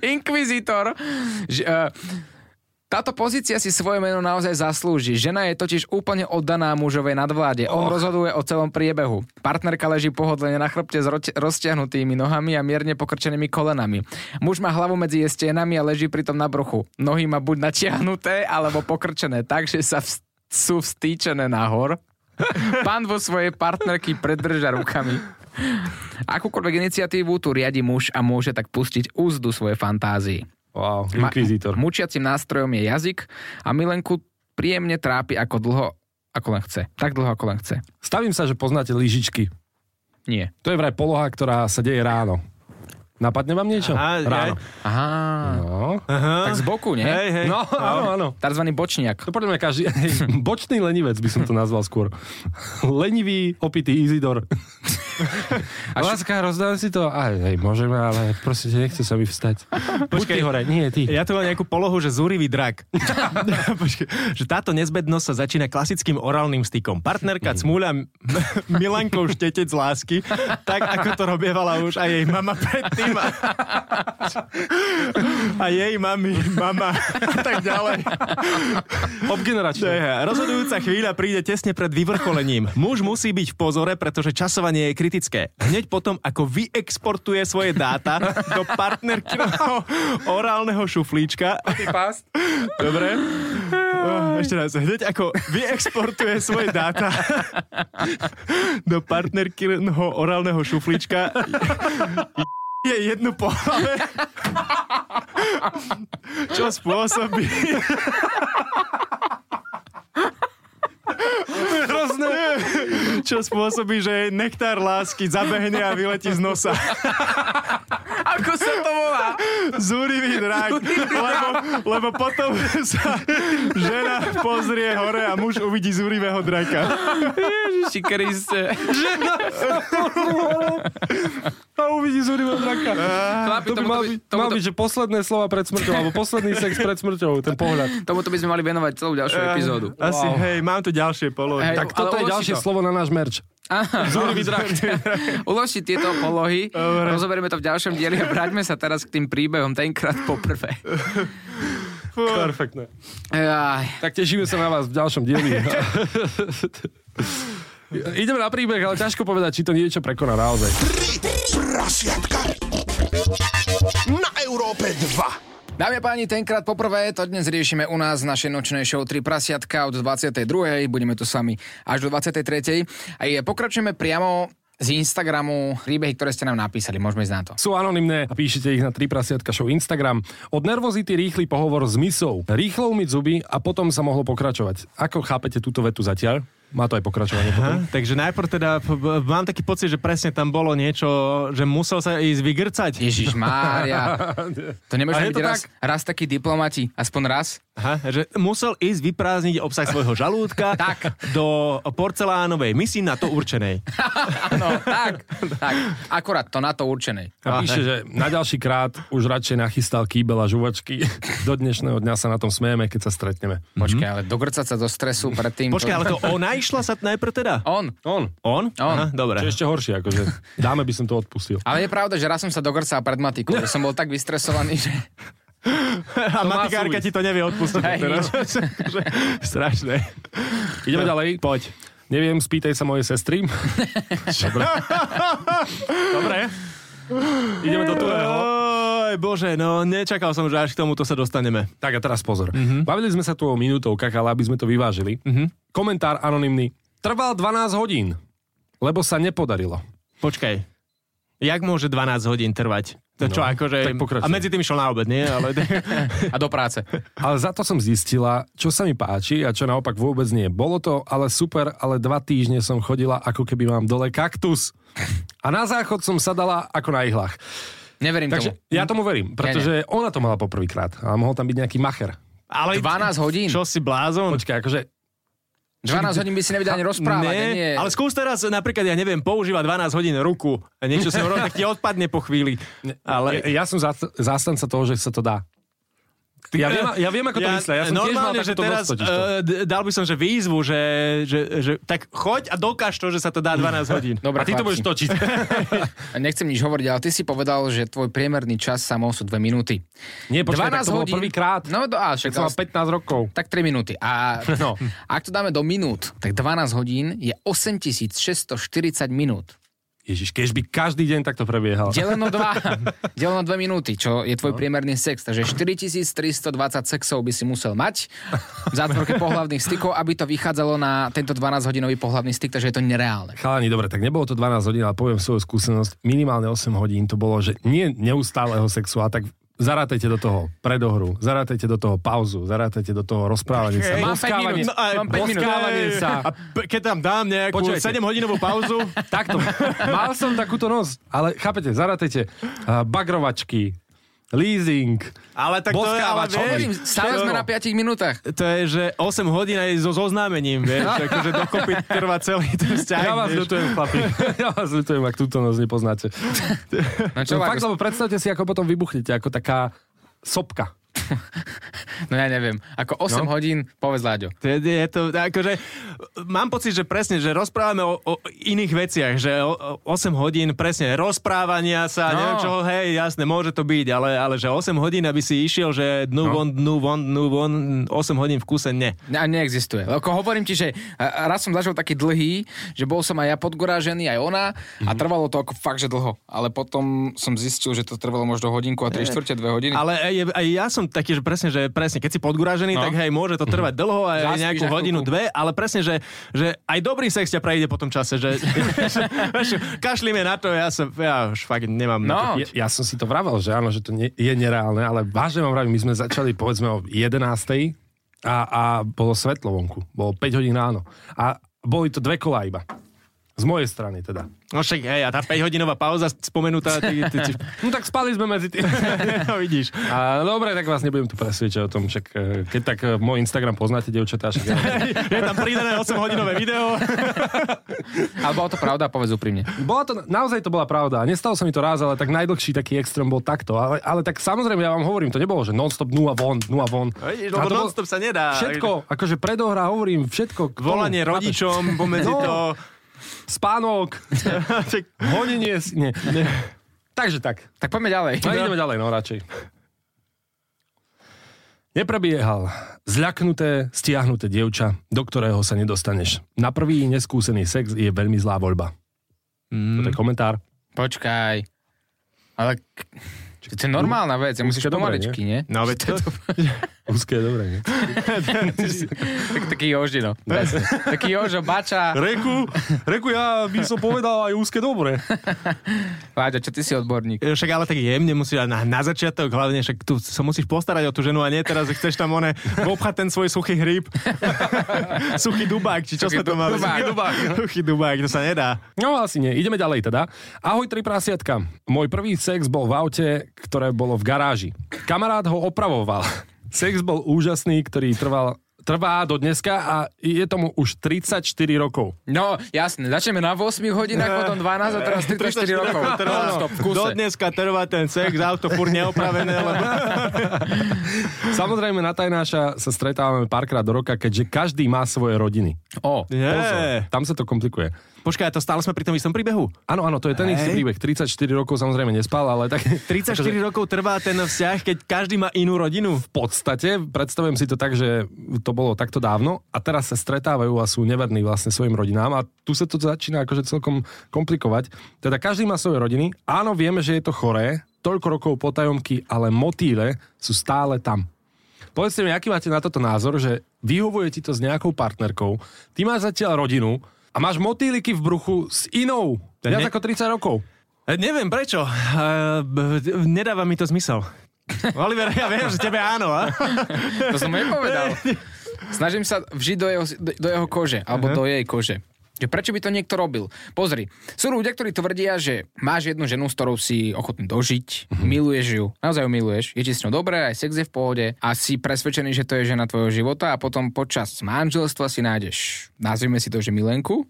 S1: Inkvizítor. Ž, eh, táto pozícia si svoje meno naozaj zaslúži. Žena je totiž úplne oddaná mužovej nadvláde. On rozhoduje o celom priebehu. Partnerka leží pohodlne na chrbte s roť- roztiahnutými nohami a mierne pokrčenými kolenami. Muž má hlavu medzi jej stenami a leží pritom na bruchu. Nohy má buď natiahnuté, alebo pokrčené, takže sa vst- sú vstýčené nahor. Pán vo svojej partnerky predrža rukami. Akúkoľvek iniciatívu tu riadi muž a môže tak pustiť úzdu svojej fantázii.
S3: Wow,
S1: Ma-
S3: inkvizítor.
S1: Mučiacim nástrojom je jazyk a Milenku príjemne trápi ako dlho, ako len chce. Tak dlho, ako len chce.
S3: Stavím sa, že poznáte lyžičky.
S1: Nie.
S3: To je vraj poloha, ktorá sa deje ráno. Napadne vám niečo?
S2: Aha,
S3: ráno.
S1: Aha,
S3: No.
S1: tak z boku, nie?
S2: Hej, hej.
S3: no, áno, áno.
S1: Takzvaný bočniak.
S3: To podľa mňa každý... Bočný lenivec by som to nazval skôr. Lenivý, opitý Izidor.
S1: A š-
S3: Láska, rozdám si to. Aj, hej, môžeme, ale proste nechce sa mi vstať. Buď ty hore, nie ty.
S2: Ja tu mám nejakú polohu, že zúrivý drak. Počkaj, že táto nezbednosť sa začína klasickým orálnym stykom. Partnerka cmúľa Milankou štetec lásky, tak ako to robievala už aj jej mama predtým. A, a jej mami, mama a tak ďalej. To
S3: Obgeneračné.
S2: je Rozhodujúca chvíľa príde tesne pred vyvrcholením. Muž musí byť v pozore, pretože časovanie je kritické. Hneď potom, ako vyexportuje svoje dáta do partnerkyného orálneho šuflíčka. Dobre. Oh, ešte raz. Hneď ako vyexportuje svoje dáta do partnerkyného orálneho šuflíčka je jednu pohlave. Čo spôsobí? Hrozné. Čo spôsobí, že jej nektár lásky zabehne a vyletí z nosa.
S1: Ako sa to volá?
S2: Zúrivý drak, lebo, lebo potom sa žena pozrie hore a muž uvidí zúrivého draka.
S1: Ježiši Kriste.
S3: A uvidí Zuriho draka.
S1: Chlapi,
S3: To by
S1: tomuto
S3: mal
S1: by-
S3: byť, mal
S1: tomuto-
S3: byť, že posledné slova pred smrťou, alebo posledný sex pred smrťou, ten pohľad.
S1: Tomuto by sme mali venovať celú ďalšiu
S3: Eh,
S1: epizódu.
S2: Asi, hej, mám tu ďalšie polohy.
S1: Hej,
S3: Tak toto
S1: ale ulož
S3: je
S1: si
S3: ďalšie
S1: to.
S3: slovo na náš merč.
S1: Zúrivý drak. Ulož si tieto polohy, rozoberieme to v ďalšom dieli a vráťme sa teraz k tým príbehom, tenkrát poprvé.
S3: Perfektné.
S1: Aj.
S3: Tak tešíme sa na vás v ďalšom dieli. Ideme na príbeh, ale ťažko povedať, či to niečo prekoná naozaj.
S4: Prasiatka na Európe 2.
S1: Dámy a páni, tenkrát poprvé, to dnes riešime u nás v našej nočnej show 3 prasiatka od 22. Budeme tu s vami až do 23. A je, pokračujeme priamo z Instagramu príbehy, ktoré ste nám napísali. Môžeme ísť na to.
S3: Sú anonimné a píšete ich na 3 prasiatka show Instagram. Od nervozity rýchly pohovor s mysou. Rýchlo umyť zuby a potom sa mohlo pokračovať. Ako chápete túto vetu zatiaľ? Má to aj pokračovanie potom.
S2: Aha, takže najprv teda p- p- mám taký pocit, že presne tam bolo niečo, že musel sa ísť vygrcať.
S1: Ježiš Mária. To nemôžeme
S3: A je
S1: byť
S3: to
S1: raz, raz taký diplomati, aspoň raz.
S2: Aha, že musel ísť vyprázdniť obsah svojho žalúdka
S1: Tak.
S2: do porcelánovej misi na to určenej.
S1: Áno, No, tak, tak. Akorát to na to určené.
S3: A píše, že na ďalší krát už radšej nachystal kýbel a žuvačky. Do dnešného dňa sa na tom smejeme, keď sa stretneme.
S1: Počkaj, ale dogrcať sa do stresu predtým...
S2: Počkaj,
S1: to-
S2: ale to ona išla sa najprv teda?
S1: On.
S3: On.
S2: On? Aha, dobre.
S3: Čo je ešte horšie, akože dáme by som to odpustil.
S1: Ale je pravda, že raz som sa dogrcal pred matikou, že som bol tak vystresovaný, že...
S2: A
S1: má
S2: matikárka
S1: súvisť.
S2: ti to nevie odpustiť.
S1: Hej,
S2: teraz. Že- Strašné.
S3: Ideme ďalej. no. Poď. Neviem, spýtaj sa mojej sestry.
S2: Dobre.
S3: Ideme do tvojho.
S2: Oj, bože, no nečakal som, že až k tomuto sa dostaneme.
S3: Tak a teraz pozor. Bavili sme sa tu o minútovkách, ale aby sme to vyvážili. Komentár anonymný. Trval 12 hodín, lebo sa nepodarilo.
S2: Počkaj. Jak môže 12 hodín trvať? To čo, akože...
S3: No, tak pokračuj.
S2: a medzi tým išiel na obed, nie? Ale...
S1: A do práce.
S3: Ale za to som zistila, čo sa mi páči a čo naopak vôbec nie. Bolo to ale super, ale dva týždne som chodila, ako keby mám dole kaktus. A na záchod som sadala ako na ihlách.
S1: Neverím
S3: Takže
S1: tomu.
S3: ja tomu verím, pretože ona to mala poprvýkrát a mohol tam byť nejaký macher.
S2: ale
S1: 12 hodín.
S2: Čo si blázon?
S3: Počkaj, akože
S1: 12 hodín by si nevedel ani rozprávať. Nie, nie.
S2: ale skús teraz napríklad, ja neviem, používať 12 hodín ruku a niečo si hovoril, tak ti odpadne po chvíli. Ale
S3: Ja, ja som zá- zástanca toho, že sa to dá. Ja viem, ja viem ako to myslia. Ja som tiež mal
S2: normálne, že
S3: takúto
S2: teraz
S3: moc totiž to.
S2: eh, d- dal by som, že výzvu, že, že, že tak choď a dokáž to, že sa to dá 12 hodín.
S1: Dobre,
S3: A ty to budeš
S1: chlapci.
S3: točiť.
S1: Nechcem nič hovoriť, ale ty si povedal, že tvoj priemerný čas samo sú 2 minúty.
S3: Nie, počkaj, tak to bolo
S1: hodín.
S3: prvýkrát.
S1: No, do, á, však,
S3: Keď som mal 15 rokov.
S1: tak 3 minúty. A no. ak to dáme do minút, tak 12 hodín je 8640 minút.
S3: Ježiš, keď by každý deň takto prebiehal.
S1: Deleno 2, deleno 2 minúty, čo je
S3: No.
S1: tvoj priemerný sex. Takže 4320 sexov by si musel mať v zátvorke pohľavných stykov, aby to vychádzalo na tento 12-hodinový pohľavný styk, takže je to nereálne.
S3: Chalani, dobre, tak nebolo to 12 hodín, ale poviem svoju skúsenosť. Minimálne 8 hodín to bolo, že nie neustáleho sexu, ale tak zarátajte do toho predohru, zarátajte do toho pauzu, zarátajte do toho rozprávanie sa,
S1: Hej, mám päť
S3: boskávanie,
S1: minút.
S2: a-
S1: Mám päť minút.
S3: boskávanie
S2: Ej,
S3: sa.
S2: A p- keď tam dám nejakú
S3: Počujete.
S2: 7-hodinovú pauzu,
S3: Takto. Mal som takúto noc, ale chápete, zarátajte. Uh, bagrovačky, leasing,
S2: ale tak to je, ale
S3: Boskávač,
S2: vieš,
S1: Hovorím, stále sme na 5 minútach.
S2: to je, že 8 hodín aj so zoznámením,
S1: No.
S2: vieš, akože dokopy trvá celý ten vzťah.
S3: Ja vás
S2: vieš.
S3: ľutujem, chlapi. Ja vás ľutujem, ak túto noc nepoznáte.
S1: No čo,
S3: No,
S1: Markus?
S3: fakt, lebo predstavte si, ako potom vybuchnete, ako taká sopka.
S1: No ja neviem. Ako 8 no? hodín, povedz Láďo.
S2: To je, je to, akože, mám pocit, že presne, že rozprávame o, o iných veciach, že o, o 8 hodín presne rozprávania sa, no.
S1: No.
S2: neviem čo, hej, jasne, môže to byť, ale, ale že 8 hodín, aby si išiel, že dnu no. von, dnu von, dnu von, 8 hodín v kuse, ne.
S1: Ne, neexistuje. Ako hovorím ti, že a- a raz som zažil taký dlhý, že bol som aj ja podgorážený, aj ona a trvalo to ako fakt, že dlho. Ale potom som zistil, že to trvalo možno hodinku a 3 čtvrte, 2 hodiny.
S2: Ale aj, aj ja som taký, že presne, že presne, keď si podguražený, no. tak hej, môže to trvať dlho, aj
S1: Zaspíš
S2: nejakú
S1: na
S2: hodinu,
S1: chvíľku.
S2: dve, ale presne, že, že aj dobrý sex ťa prejde po tom čase, že, že, že kašlíme na to, ja, som, ja už fakt nemám na to.
S1: No,
S3: Ja, ja som si to vravel, že áno, že to nie, je nereálne, ale vážne vám vravím, my sme začali povedzme o 11. A, a bolo svetlo vonku. Bolo 5 hodín ráno. A boli to dve kola iba. Z mojej strany teda.
S2: No však hej, a tá 5-hodinová pauza spomenutá, ty, ty, ty,
S3: No tak spali sme medzi tým.
S2: no, vidíš.
S3: A dobre, tak vás nebudem tu presviečať o tom, však eh, keď tak eh, môj Instagram poznáte, devčatá, však ja
S2: Je tam pridané 8-hodinové video.
S1: Ale bola to pravda, povedz úprimne.
S3: Bola to, naozaj to bola pravda. Nestalo sa mi to raz, ale tak najdlhší taký extrém bol takto. Ale, ale tak samozrejme, ja vám hovorím, to nebolo, že non-stop, nu a von, nu a von.
S2: Vidíš,
S3: A
S2: lebo
S3: to bol-
S2: non-stop sa nedá.
S3: Všetko, akože predohra, hovorím, všetko. k tomu.
S2: Volanie rodičom pomedzi
S3: No.
S2: to.
S3: Spánok,
S2: Čak-
S3: honenie, si- nie. Takže tak.
S1: Tak poďme ďalej.
S3: No, ideme ďalej, no radšej. Neprebiehal. Zľaknuté, stiahnuté dievča, do ktorého sa nedostaneš. Na prvý neskúsený sex je veľmi zlá voľba. Mm. Toto je komentár.
S1: Počkaj. Ale k- to je normálna vec, ja musíš
S3: Dobre,
S1: pomaličky, nie?
S2: No veď to,
S3: Úzke, dobre, nie?
S1: Tak, taký Jožino. Presne. Taký Jožo Bača.
S3: Reku, reku, ja by som povedal aj úzke dobre.
S1: Láďa, čo ty si odborník?
S2: E, však ale tak jemne musíš dať na, na začiatok, hlavne však tu sa musíš postarať o tú ženu a nie teraz, že chceš tam one obchať ten svoj suchý hryb. suchý dubák, či čo
S1: Suchý
S2: sme to
S1: du- dubák.
S2: mali.
S1: no.
S2: Suchý dubák. Suchý dubák, to sa nedá.
S3: No asi nie, ideme ďalej teda. Ahoj, tri prasiatka. Môj prvý sex bol v aute, ktoré bolo v garáži. Kamarát ho opravoval. Sex bol úžasný, ktorý trval, trvá do dneska a je tomu už 34 rokov.
S1: No, jasne, začneme na 8 hodinách, potom 12 a teraz 34 rokov. Stop, v kuse.
S2: Dodneska trvá ten sex, auto furt neopravené, lebo
S3: Samozrejme, na Tajnáša sa stretávame párkrát do roka, keďže každý má svoje rodiny.
S1: O,
S2: Je.
S3: Tam sa to komplikuje.
S2: Počkaj, to stále sme pri tom istom príbehu.
S3: Áno, áno, to je ten istý
S2: Hej.
S3: príbeh. 34 rokov samozrejme nespal, ale tak...
S2: 34
S1: Akože-
S2: rokov trvá ten vzťah, keď každý má inú rodinu.
S3: v podstate, predstavujem si to tak, že to bolo takto dávno a teraz sa stretávajú a sú neverní vlastne svojim rodinám a tu sa to začína akože celkom komplikovať. Teda každý má svoje rodiny. Áno, vieme, že je to choré, toľko rokov potajomky, ale motýle sú stále tam. Povedzte mi, aký máte na toto názor, že vyhovuje ti to s nejakou partnerkou, ty máš zatiaľ rodinu a máš motýliky v bruchu s inou,
S2: To je
S3: viac
S2: ne-
S3: ako 30 rokov.
S2: E, Neviem prečo. E, b- d- Nedáva mi to zmysel. Oliver, ja viem, že tebe áno. A?
S1: to som mu nepovedal. Snažím sa vžiť do jeho, do, do jeho kože, alebo do jej kože. Že prečo by to niekto robil? Pozri, sú ľudia, ktorí tvrdia, že máš jednu ženu, s ktorou si ochotný dožiť, miluješ ju, naozaj ju miluješ, je ti s ňou dobré, aj sex je v pohode a si presvedčený, že to je žena tvojho života a potom počas manželstva si nájdeš, nazvime si to, že milenku,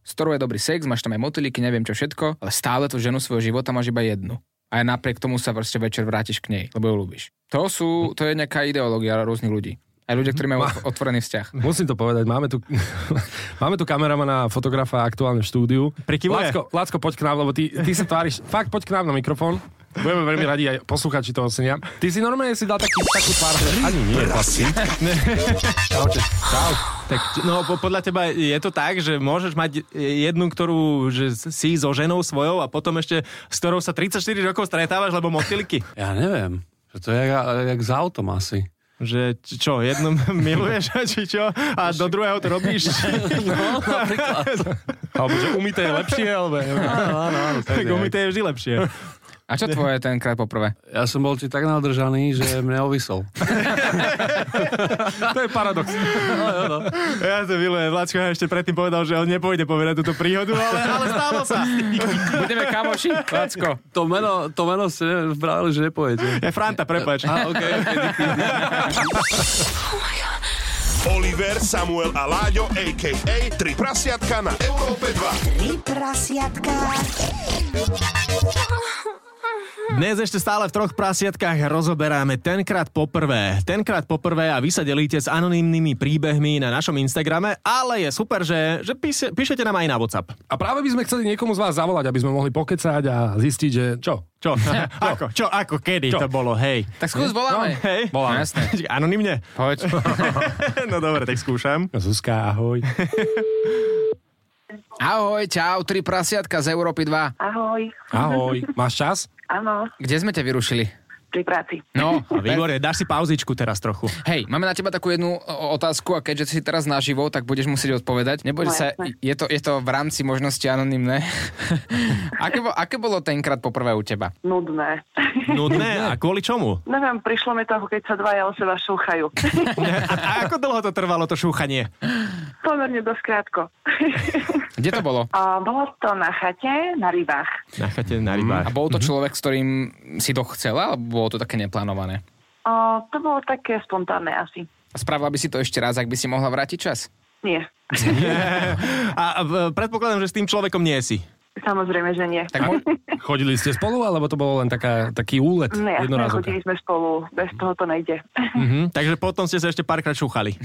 S1: s ktorou je dobrý sex, máš tam aj motýliky, neviem čo všetko, ale stále tú ženu svojho života máš iba jednu. A aj napriek tomu sa proste večer vrátiš k nej, lebo ju ľúbiš. To, sú, to je nejaká ideológia rôznych ľudí. Aj ľudia, ktorí majú otv- otvorený vzťah.
S3: Musím to povedať, máme tu, máme tu kameramana a fotografa aktuálne v štúdiu.
S2: Prikyvuje.
S3: Lacko, Lacko, poď k nám, lebo ty, ty sa tváriš, fakt poď k nám na mikrofón. Budeme veľmi radi, aj posluchači to ocenia. Ty si normálne si dal taký, takú tvár, že ani nie. vlastne.
S4: Prasiatka.
S2: Tak, no po, podľa teba je to tak, že môžeš mať jednu, ktorú že si so ženou svojou a potom ešte s ktorou sa 34 rokov stretávaš, lebo motýlky.
S6: Ja neviem. Že to je jak, jak s autom asi.
S2: Že č- čo, jednu miluješ, či čo? A do druhého to robíš?
S6: No, napríklad.
S3: Alebo že umyté je lepšie, alebo...
S6: Áno, áno, áno,
S2: Tak
S6: tak nejak.
S2: umyté je vždy lepšie.
S1: A čo tvoje tenkrát poprvé?
S6: Ja som bol ti tak nadržaný, že mne ovisol.
S3: To je paradox.
S2: Ja to milujem. Vláčko ešte predtým povedal, že on nepôjde povedať túto príhodu, ale, ale stalo sa.
S1: Budeme kamoši? Lacko.
S6: To meno, to meno ste brali, že nepoviete.
S2: Ja, Franta, prepač.
S6: Aha, okay, okay, díky.
S5: Oliver, Samuel a Láďo, a.k.a. Tri prasiatka na Európe 2.
S8: Tri prasiatka.
S2: Dnes ešte stále v troch prasiatkách rozoberáme tenkrát poprvé. Tenkrát poprvé a vy sa delíte s anonymnými príbehmi na našom Instagrame, ale je super, že, že píse, píšete nám aj na WhatsApp.
S3: A práve by sme chceli niekomu z vás zavolať, aby sme mohli pokecať a zistiť, že čo?
S2: Čo? ako? Čo? Ako? Kedy
S3: Čo?
S2: to bolo? Hej.
S1: Tak skús voláme.
S2: Hej. No,
S1: Voláme. Jasné.
S2: Anonymne?
S1: Poď.
S2: no dobre, tak skúšam.
S3: Zuzka, ahoj.
S1: Ahoj, čau, tri prasiatka z Európy 2.
S9: Ahoj,
S3: Ahoj. Máš čas?
S9: áno,
S1: Kde sme ťa vyrušili?
S9: pri práci.
S1: No,
S2: Výborne, dáš si pauzičku teraz trochu.
S1: Hej, máme na teba takú jednu o, otázku a keďže si teraz naživo, tak budeš musieť odpovedať. Neboj
S9: No,
S1: sa,
S9: jasné.
S1: je to, je to v rámci možnosti anonimné. aké, bo, aké bolo tenkrát poprvé u teba?
S9: Nudné.
S2: Nudné? No A kvôli čomu?
S8: No
S9: Neviem, prišlo mi to, ako keď sa dvaja o seba šúchajú.
S2: A, a ako dlho to trvalo, to šúchanie?
S8: pomerne doskrátko.
S1: Kde to bolo?
S8: A bolo to na chate, na rybách.
S2: Na chate, na rybách.
S1: A bol to človek, s ktorým si to chcela, alebo bolo to také neplánované?
S8: A to bolo také spontánne asi.
S1: A spravila by si to ešte raz, ak by si mohla vrátiť čas?
S8: Nie.
S2: A, a v- predpokladám, že s tým človekom nie si.
S8: Samozrejme, že nie.
S1: Tak mo-
S3: Chodili ste spolu, alebo to bolo len taká, taký úlet
S8: Ne, No jasné,
S3: jednorázovka?
S8: chodili sme spolu, bez toho to nejde.
S2: Mhm. Takže potom ste sa ešte párkrát šúchali.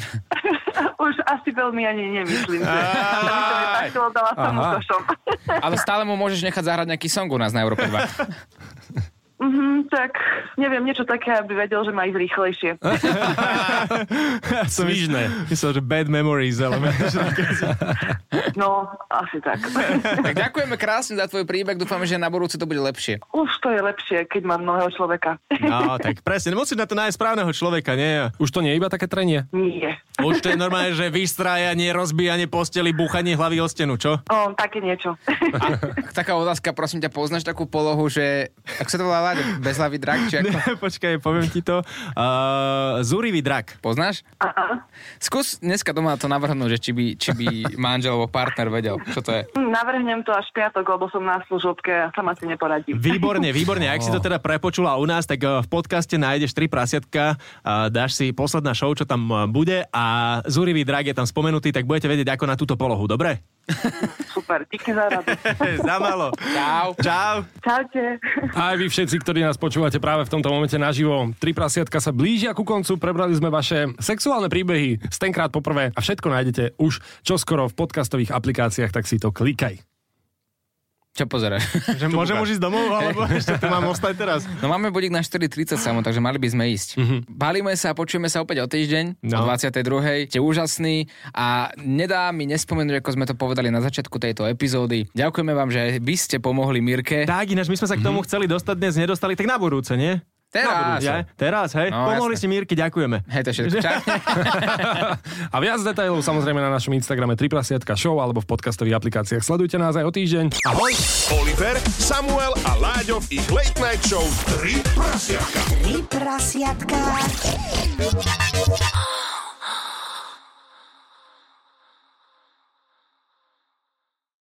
S8: Už asi veľmi ani nemyslím, že som to vypačilo, dala som mu
S3: Aha.
S8: košom.
S1: ale stále mu môžeš nechať zahrať nejaký song u nás na Európe 2.
S8: Mhm, tak neviem, niečo také, aby vedel, že má ísť rýchlejšie.
S2: Eh.
S3: Smižné.
S2: Myslel, že bad memories, ale...
S8: No, asi tak.
S1: tak ďakujeme krásne za tvoj príbeh, dúfame, že na budúce to bude lepšie.
S8: Už to je lepšie, keď mám nového človeka.
S2: No, tak presne, musíš na to nájsť správneho človeka, nie?
S3: Už to nie je iba také trenie?
S8: Nie.
S2: Už to je normálne, že vystrájanie, rozbíjanie posteli, búchanie hlavy o stenu, čo?
S8: O, také niečo.
S1: Taká otázka, prosím ťa, poznáš takú polohu, že... Ak sa to volá Láďo? Bezhlavý drak? Či ako?
S2: Ne, počkaj, poviem ti to. Uh, zúrivý drak.
S1: Poznáš?
S8: Aha.
S1: Skús dneska doma to navrhnúť, že či by, či by manžel alebo partner vedel, čo to je.
S8: Hm, Navrhnem to až piatok, lebo som na služobke a sama si neporadím.
S2: Výborne, výborne. Ak si to teda prepočula u nás, tak eh, v podcaste nájdeš tri prasiatka, eh, dáš si posledná show, čo tam eh, bude a Zúrivý drak je tam spomenutý, tak budete vedieť, ako na túto polohu, dobre?
S8: Super, díky za radu.
S2: Za malo.
S1: Čau.
S2: Čau.
S8: Čaute.
S3: Aj vy všetci, ktorí nás počúvate práve v tomto momente naživo. Tri prasiatka sa blížia ku koncu, prebrali sme vaše sexuálne príbehy z tenkrát poprvé a všetko nájdete už čoskoro v podcastových aplikáciách, tak si to klikaj.
S1: Čo pozeráš?
S2: Že môžem už ísť domov, alebo ešte tu mám ostať teraz?
S1: No máme bodík na 4.30 samo, takže mali by sme ísť. Balíme sa a počujeme sa opäť o týždeň, no. o
S2: No.
S1: 22. Ste úžasní a nedá mi nespomenúť, ako sme to povedali na začiatku tejto epizódy. Ďakujeme vám, že vy ste pomohli Mirke.
S2: Tak, ináč my sme sa k tomu chceli dostať dnes, nedostali, tak na budúce, nie? Na
S1: Teraz.
S2: budúce. Teraz, hej?
S1: No,
S2: Pomohli
S1: jasné.
S2: ste Mírky, ďakujeme.
S1: Hej, to je všetko. Čau.
S3: A viac detailov samozrejme na našom Instagrame Tri prasiatka show alebo v podcastových aplikáciách. Sledujte nás aj o týždeň.
S4: Ahoj! Oliver, Samuel a Láďo v ich Late Night Show 3 prasiatka.
S9: Tri prasiatka.